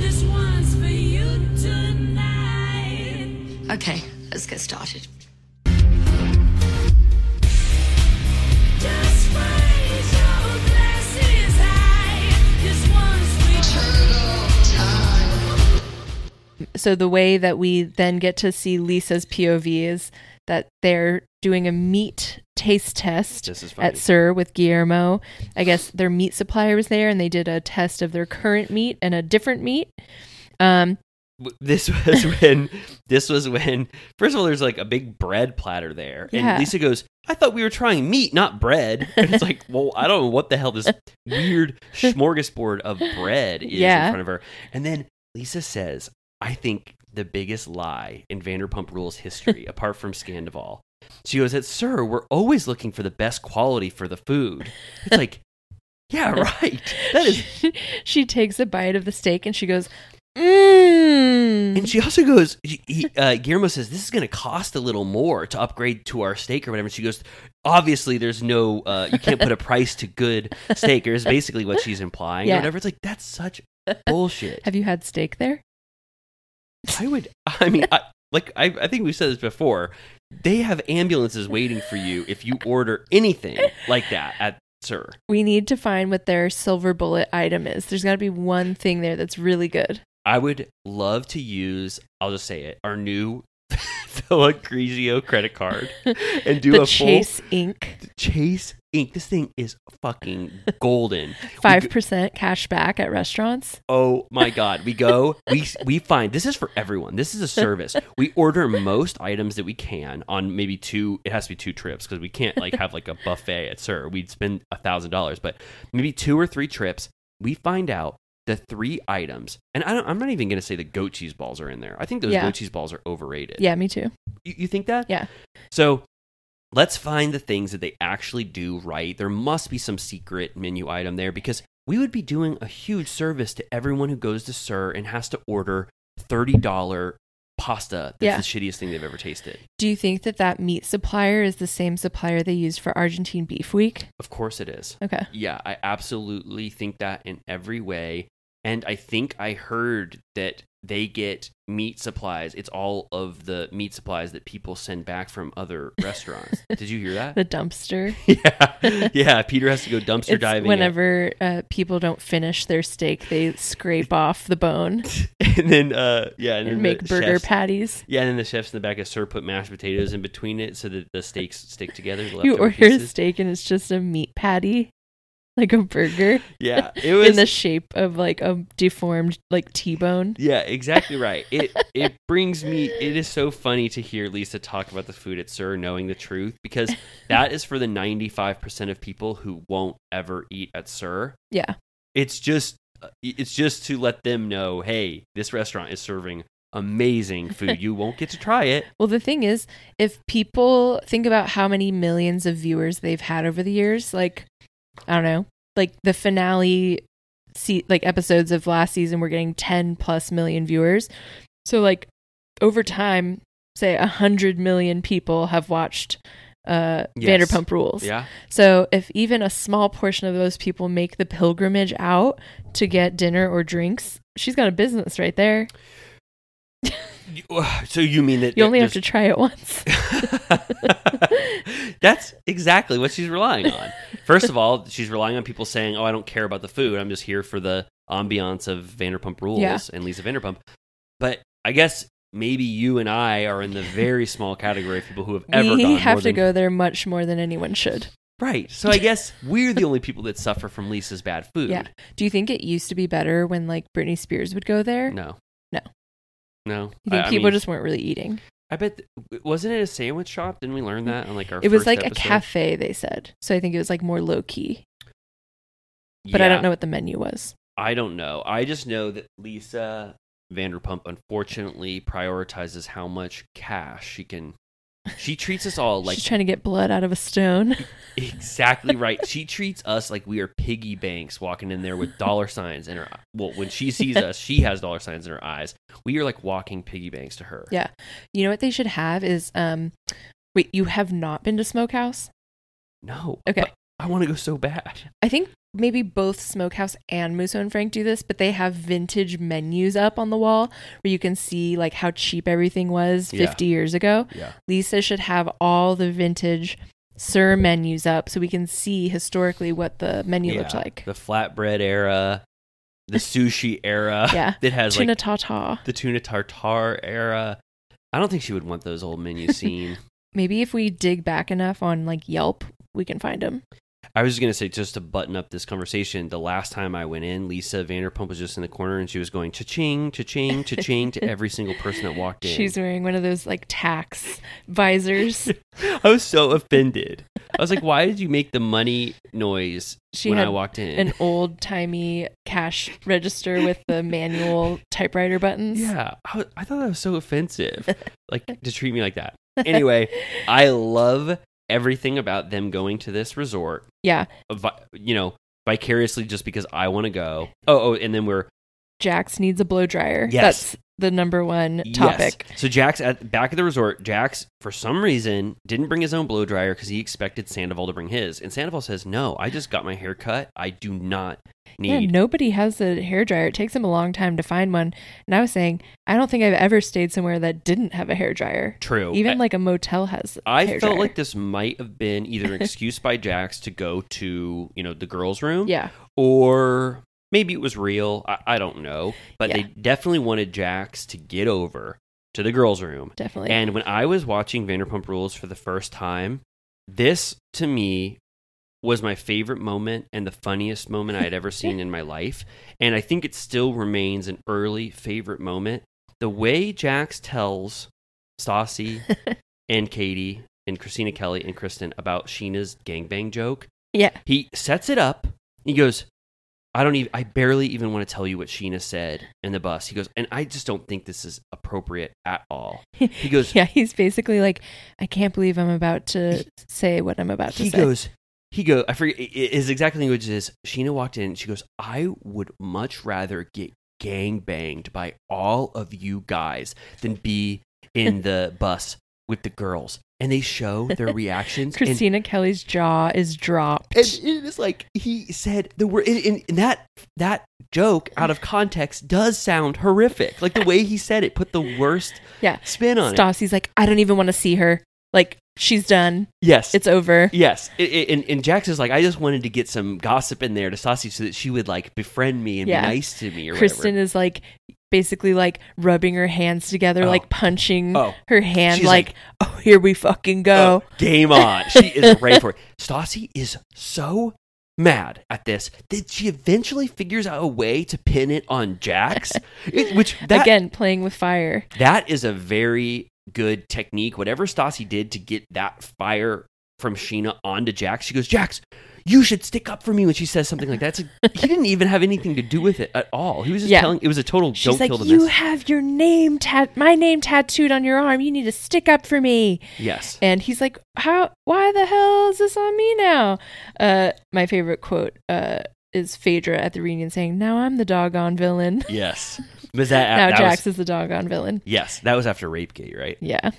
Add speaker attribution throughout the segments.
Speaker 1: This one's for you tonight.
Speaker 2: Okay, let's get started.
Speaker 1: Just raise your glasses high. This one's for
Speaker 3: so the way that we then get to see Lisa's POV is that they're doing a meat taste test
Speaker 4: This is funny.
Speaker 3: at Sir with Guillermo. I guess their meat supplier was there and they did a test of their current meat and a different meat. Um,
Speaker 4: w- this was when this was when first of all there's like a big bread platter there
Speaker 3: Yeah.
Speaker 4: and lisa goes i thought we were trying meat not bread and it's like well i don't know what the hell this weird smorgasbord of bread is
Speaker 3: Yeah.
Speaker 4: in front of her and then lisa says i think the biggest lie in vanderpump rules history apart from scandival she goes at sir we're always looking for the best quality for the food it's like yeah right that is
Speaker 3: she takes a bite of the steak and she goes, mmm.
Speaker 4: And she also goes, he- he, uh, Guillermo says, this is going to cost a little more to upgrade to our steak or whatever. And she goes, obviously, there's no, uh, you can't put a price to good steak, or is basically what she's implying
Speaker 3: Yeah.
Speaker 4: or whatever. It's like, that's such bullshit.
Speaker 3: Have you had steak there?
Speaker 4: I would, I mean, I, like, I, I think we've said this before. They have ambulances waiting for you if you order anything like that at Sir.
Speaker 3: We need to find what their silver bullet item is. There's got to be one thing there that's really good.
Speaker 4: I would love to use, I'll just say it, our new Villa Grigio credit card and do
Speaker 3: the
Speaker 4: a full.
Speaker 3: Chase Ink.
Speaker 4: Chase Inc. This thing is fucking golden. We
Speaker 3: five
Speaker 4: go-
Speaker 3: percent cash back at restaurants.
Speaker 4: oh my god! We go. We we find this is for everyone. This is a service. We order most items that we can on maybe two. It has to be two trips because we can't like have like a buffet at Sir. We'd spend a thousand dollars, but maybe two or three trips. We find out the three items, and I don't, I'm not even going to say the goat cheese balls are in there. I think those
Speaker 3: Yeah.
Speaker 4: goat cheese balls are overrated.
Speaker 3: Yeah, me too.
Speaker 4: You, you think that?
Speaker 3: Yeah.
Speaker 4: So let's find the things that they actually do right. There must be some secret menu item there because we would be doing a huge service to everyone who goes to Sir and has to order $30 pasta that's
Speaker 3: Yeah.
Speaker 4: the shittiest thing they've ever tasted.
Speaker 3: Do you think that that meat supplier is the same supplier they used for Argentine Beef Week?
Speaker 4: Of course it is.
Speaker 3: Okay.
Speaker 4: Yeah, I absolutely think that in every way. And I think I heard that they get meat supplies. It's all of the meat supplies that people send back from other restaurants. Did you hear that?
Speaker 3: The dumpster.
Speaker 4: yeah, yeah. Peter has to go dumpster
Speaker 3: It's
Speaker 4: diving. it.
Speaker 3: whenever uh, people don't finish their steak, they scrape off the bone
Speaker 4: and then uh, yeah, and,
Speaker 3: and,
Speaker 4: then the
Speaker 3: make burger
Speaker 4: chefs-
Speaker 3: patties.
Speaker 4: Yeah, and then the chefs in the back of Sir put mashed potatoes in between it so that the steaks stick together. The
Speaker 3: You
Speaker 4: leftover
Speaker 3: order a
Speaker 4: pieces.
Speaker 3: steak and it's just a meat patty, like a burger,
Speaker 4: Yeah, it was.
Speaker 3: in the shape of like a deformed like T-bone.
Speaker 4: yeah, exactly right. It it brings me. It is so funny to hear Lisa talk about the food at Sir, knowing the truth, because that is for the ninety five percent of people who won't ever eat at Sir.
Speaker 3: Yeah.
Speaker 4: it's just uh, it's just to let them know hey this restaurant is serving amazing food you won't get to try it
Speaker 3: Well, the thing is, if people think about how many millions of viewers they've had over the years, like I don't know, like the finale, se- like episodes of last season, were getting ten plus million viewers. So, like over time, say a hundred million people have watched uh,
Speaker 4: Yes.
Speaker 3: Vanderpump Rules.
Speaker 4: yeah
Speaker 3: So, if even a small portion of those people make the pilgrimage out to get dinner or drinks, she's got a business right there.
Speaker 4: So you mean that
Speaker 3: You only have
Speaker 4: there's-
Speaker 3: to try it once.
Speaker 4: That's exactly what she's relying on. First of all, she's relying on people saying, "Oh, I don't care about the food. I'm just here for the ambiance of Vanderpump Rules
Speaker 3: Yeah.
Speaker 4: and Lisa Vanderpump." But I guess maybe you and I are in the very small category of people who have ever
Speaker 3: we
Speaker 4: gone
Speaker 3: have
Speaker 4: more
Speaker 3: to
Speaker 4: than-
Speaker 3: go there much more than anyone should.
Speaker 4: right. So I guess we're the only people that suffer from Lisa's bad food.
Speaker 3: Yeah. Do you think it used to be better when like Britney Spears would go there?
Speaker 4: No.
Speaker 3: No.
Speaker 4: No.
Speaker 3: You think
Speaker 4: I- I
Speaker 3: people
Speaker 4: mean,
Speaker 3: just weren't really eating?
Speaker 4: I bet. th- wasn't it a sandwich shop? Didn't we learn that on like our?
Speaker 3: Mm. It was
Speaker 4: first
Speaker 3: like a
Speaker 4: episode?
Speaker 3: cafe, they said. So I think it was like more low key. But I
Speaker 4: Yeah.
Speaker 3: don't know what the menu was.
Speaker 4: I don't know. I just know that Lisa Vanderpump unfortunately prioritizes how much cash she can. She treats us all like
Speaker 3: She's trying to get blood out of a stone.
Speaker 4: exactly right. She treats us like we are piggy banks walking in there with dollar signs in her. Well, when she sees us, she has dollar signs in her eyes. We are like walking piggy banks to her.
Speaker 3: yeah. You know what they should have is um wait, you have not been to Smokehouse?
Speaker 4: No.
Speaker 3: Okay.
Speaker 4: but I want to go so bad.
Speaker 3: I think maybe both Smokehouse and Musso and Frank do this, but they have vintage menus up on the wall where you can see like how cheap everything was
Speaker 4: Yeah.
Speaker 3: 50 years ago.
Speaker 4: Yeah.
Speaker 3: Lisa should have all the vintage Sir menus up so we can see historically what the menu looked like.
Speaker 4: the flatbread era, the sushi era.
Speaker 3: Yeah.
Speaker 4: That has
Speaker 3: Tuna
Speaker 4: like
Speaker 3: tata.
Speaker 4: the tuna tartare era. I don't think she would want those old menus seen.
Speaker 3: Maybe if we dig back enough on like Yelp, we can find them.
Speaker 4: I was just gonna say, just to button up this conversation, the last time I went in, Lisa Vanderpump was just in the corner and she was going cha-ching, cha-ching, cha-ching to every single person that walked in.
Speaker 3: She's wearing one of those like tax visors.
Speaker 4: I was so offended. I was like, why did you make the money noise
Speaker 3: She
Speaker 4: when I
Speaker 3: had
Speaker 4: walked in?
Speaker 3: An old timey cash register with the manual typewriter buttons.
Speaker 4: yeah, I, was- I thought that was so offensive, like to treat me like that. Anyway, I love everything about them going to this resort.
Speaker 3: Yeah.
Speaker 4: vi- you know, vicariously just because I want to go. Oh, oh, and then we're
Speaker 3: Jax needs a blow dryer.
Speaker 4: Yes.
Speaker 3: That's the number one
Speaker 4: Yes.
Speaker 3: topic.
Speaker 4: So Jax at back at the resort, Jax for some reason didn't bring his own blow dryer because he expected Sandoval to bring his, and Sandoval says, "No, I just got my hair cut. I do not
Speaker 3: Yeah,
Speaker 4: need."
Speaker 3: nobody has a hair dryer. It takes them a long time to find one. And I was saying, I don't think I've ever stayed somewhere that didn't have a hair dryer.
Speaker 4: True.
Speaker 3: Even
Speaker 4: I-
Speaker 3: like a motel has. a
Speaker 4: I
Speaker 3: hair
Speaker 4: felt
Speaker 3: dryer.
Speaker 4: like this might have been either an excuse by Jax to go to you know the girls' room,
Speaker 3: yeah,
Speaker 4: or maybe it was real. I, I don't know, but
Speaker 3: Yeah.
Speaker 4: they definitely wanted Jax to get over to the girls' room
Speaker 3: definitely.
Speaker 4: And when I was watching Vanderpump Rules for the first time, this to me was my favorite moment and the funniest moment I had ever seen in my life. And I think it still remains an early favorite moment. The way Jax tells Stassi and Katie and Christina Kelly and Kristen about Sheena's gangbang joke,
Speaker 3: yeah,
Speaker 4: he sets it up. He goes, I don't even, I barely even want to tell you what Sheena said in the bus. He goes, and I just don't think this is appropriate at all. He goes,
Speaker 3: yeah. He's basically like, I can't believe I'm about to say what I'm about to
Speaker 4: he
Speaker 3: say.
Speaker 4: goes he goes i forget i- i- his exact language is sheena walked in she goes i would much rather get gang banged by all of you guys than be in the bus with the girls and they show their reactions and-
Speaker 3: Christina Kelly's jaw is dropped.
Speaker 4: and it is like he said the word, and, and- and that that joke out of context does sound horrific. Like the way he said it, put the worst
Speaker 3: yeah,
Speaker 4: spin on it.
Speaker 3: Stassi's like, I don't even want to see her. Like she's done.
Speaker 4: Yes,
Speaker 3: It's over.
Speaker 4: Yes, I- I- and and Jax is like, I just wanted to get some gossip in there to Saucy so that she would like befriend me and
Speaker 3: Yeah.
Speaker 4: be nice to me or
Speaker 3: Kristen
Speaker 4: whatever.
Speaker 3: is like basically like rubbing her hands together,
Speaker 4: Oh.
Speaker 3: like punching
Speaker 4: Oh.
Speaker 3: her hand,
Speaker 4: She's
Speaker 3: like,
Speaker 4: like-
Speaker 3: "Oh, here we fucking go."
Speaker 4: Oh, game on! She is ready for it. Stassi is so mad at this that she eventually figures out a way to pin it on Jax, It- which that,
Speaker 3: Again, playing with fire.
Speaker 4: that is a very good technique. Whatever Stassi did to get that fire from Sheena onto Jax, she goes, Jax, you should stick up for me when she says something like that. It's like, he didn't even have anything to do with it at all. He was just
Speaker 3: Yeah.
Speaker 4: telling, it was a total
Speaker 3: She's
Speaker 4: don't
Speaker 3: like,
Speaker 4: kill the
Speaker 3: "You
Speaker 4: message.
Speaker 3: have your name tat, my name tattooed on your arm. You need to stick up for me."
Speaker 4: yes.
Speaker 3: And he's like, "How? Why the hell is this on me now?" Uh, my favorite quote uh, is Phaedra at the reunion saying, "Now I'm the doggone villain."
Speaker 4: Yes. Was that,
Speaker 3: now
Speaker 4: that
Speaker 3: Jax
Speaker 4: was,
Speaker 3: is the doggone villain.
Speaker 4: Yes, that was after Rapegate, right?
Speaker 3: Yeah.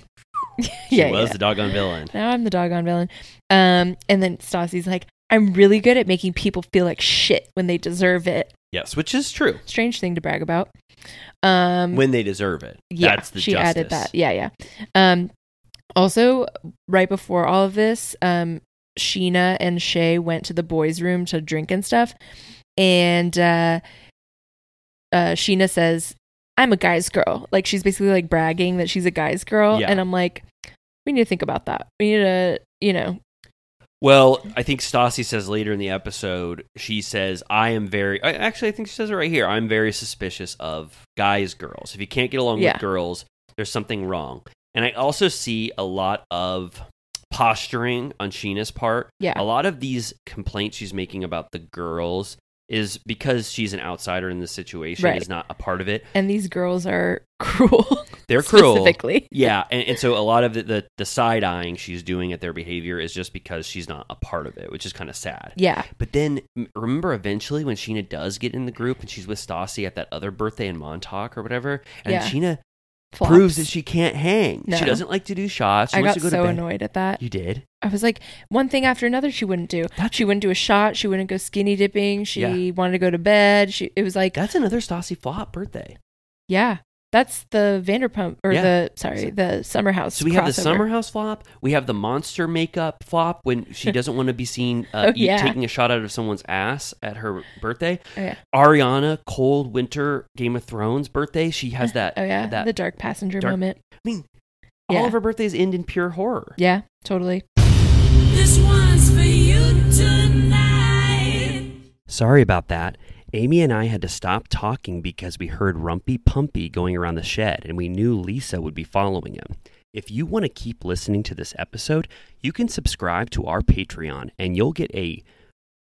Speaker 4: She
Speaker 3: yeah.
Speaker 4: was
Speaker 3: yeah.
Speaker 4: the doggone villain.
Speaker 3: Now I'm the doggone villain. Um, and then Stassi's like, I'm really good at making people feel like shit when they deserve it.
Speaker 4: Yes, which is true
Speaker 3: Strange thing to brag about. Um,
Speaker 4: when they deserve it.
Speaker 3: yeah,
Speaker 4: That's the
Speaker 3: she
Speaker 4: justice.
Speaker 3: added that. Yeah, yeah. Um, also, right before all of this, um, Sheena and Shay went to the boys' room to drink and stuff, and uh, uh, Sheena says, "I'm a guy's girl." Like she's basically like bragging that she's a guy's girl,
Speaker 4: Yeah.
Speaker 3: and I'm like, we need to think about that. We need to, you know,
Speaker 4: Well, I think Stassi says later in the episode, she says, I am very, I, actually, I think she says it right here. I'm very suspicious of guys, girls. If you can't get along
Speaker 3: Yeah.
Speaker 4: with girls, there's something wrong. And I also see a lot of posturing on Sheena's part.
Speaker 3: Yeah.
Speaker 4: A lot of these complaints she's making about the girls is because she's an outsider in this situation,
Speaker 3: Right.
Speaker 4: is not a part of it.
Speaker 3: and these girls are cruel.
Speaker 4: They're cruel.
Speaker 3: specifically.
Speaker 4: Yeah, and, and so a lot of the, the, the side eyeing she's doing at their behavior is just because she's not a part of it, which is kind of sad.
Speaker 3: Yeah,
Speaker 4: But then m- remember eventually when Sheena does get in the group and she's with Stassi at that other birthday in Montauk or whatever, and
Speaker 3: Yeah.
Speaker 4: Sheena
Speaker 3: flops.
Speaker 4: proves that she can't hang.
Speaker 3: No.
Speaker 4: She doesn't like to do shots. She
Speaker 3: I
Speaker 4: wants
Speaker 3: got
Speaker 4: to go to
Speaker 3: so
Speaker 4: bed.
Speaker 3: annoyed at that.
Speaker 4: You did?
Speaker 3: I was like, one thing after another, she wouldn't do.
Speaker 4: That's-
Speaker 3: she wouldn't do a shot. She wouldn't go skinny dipping. She
Speaker 4: Yeah.
Speaker 3: wanted to go to bed. She, it was like,
Speaker 4: That's another Stassi flop birthday.
Speaker 3: yeah, that's the Vanderpump or
Speaker 4: Yeah.
Speaker 3: the sorry, the Summer House.
Speaker 4: So we have the
Speaker 3: crossover.
Speaker 4: summer house flop. We have the monster makeup flop when she doesn't want to be seen uh,
Speaker 3: Oh,
Speaker 4: eat-
Speaker 3: yeah.
Speaker 4: taking a shot out of someone's ass at her birthday.
Speaker 3: Oh yeah,
Speaker 4: Ariana, cold winter Game of Thrones birthday. She has that.
Speaker 3: oh yeah,
Speaker 4: that-
Speaker 3: the dark passenger
Speaker 4: dark-
Speaker 3: moment.
Speaker 4: I mean,
Speaker 3: Yeah.
Speaker 4: all of her birthdays end in pure horror.
Speaker 3: Yeah, totally.
Speaker 1: This one's for you tonight.
Speaker 4: Sorry about that. Amy and I had to stop talking because we heard Rumpy Pumpy going around the shed and we knew Lisa would be following him. If you want to keep listening to this episode, you can subscribe to our Patreon and you'll get a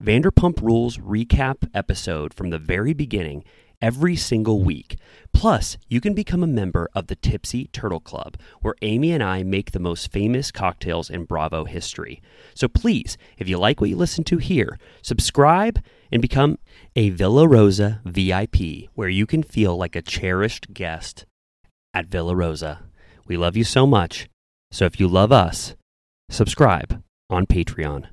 Speaker 4: Vanderpump Rules recap episode from the very beginning every single week. Plus, you can become a member of the Tipsy Turtle Club, where Amy and I make the most famous cocktails in Bravo history. So please, if you like what you listen to here, subscribe and become a Villa Rosa VIP, where you can feel like a cherished guest at Villa Rosa. We love you so much. So if you love us, subscribe on Patreon.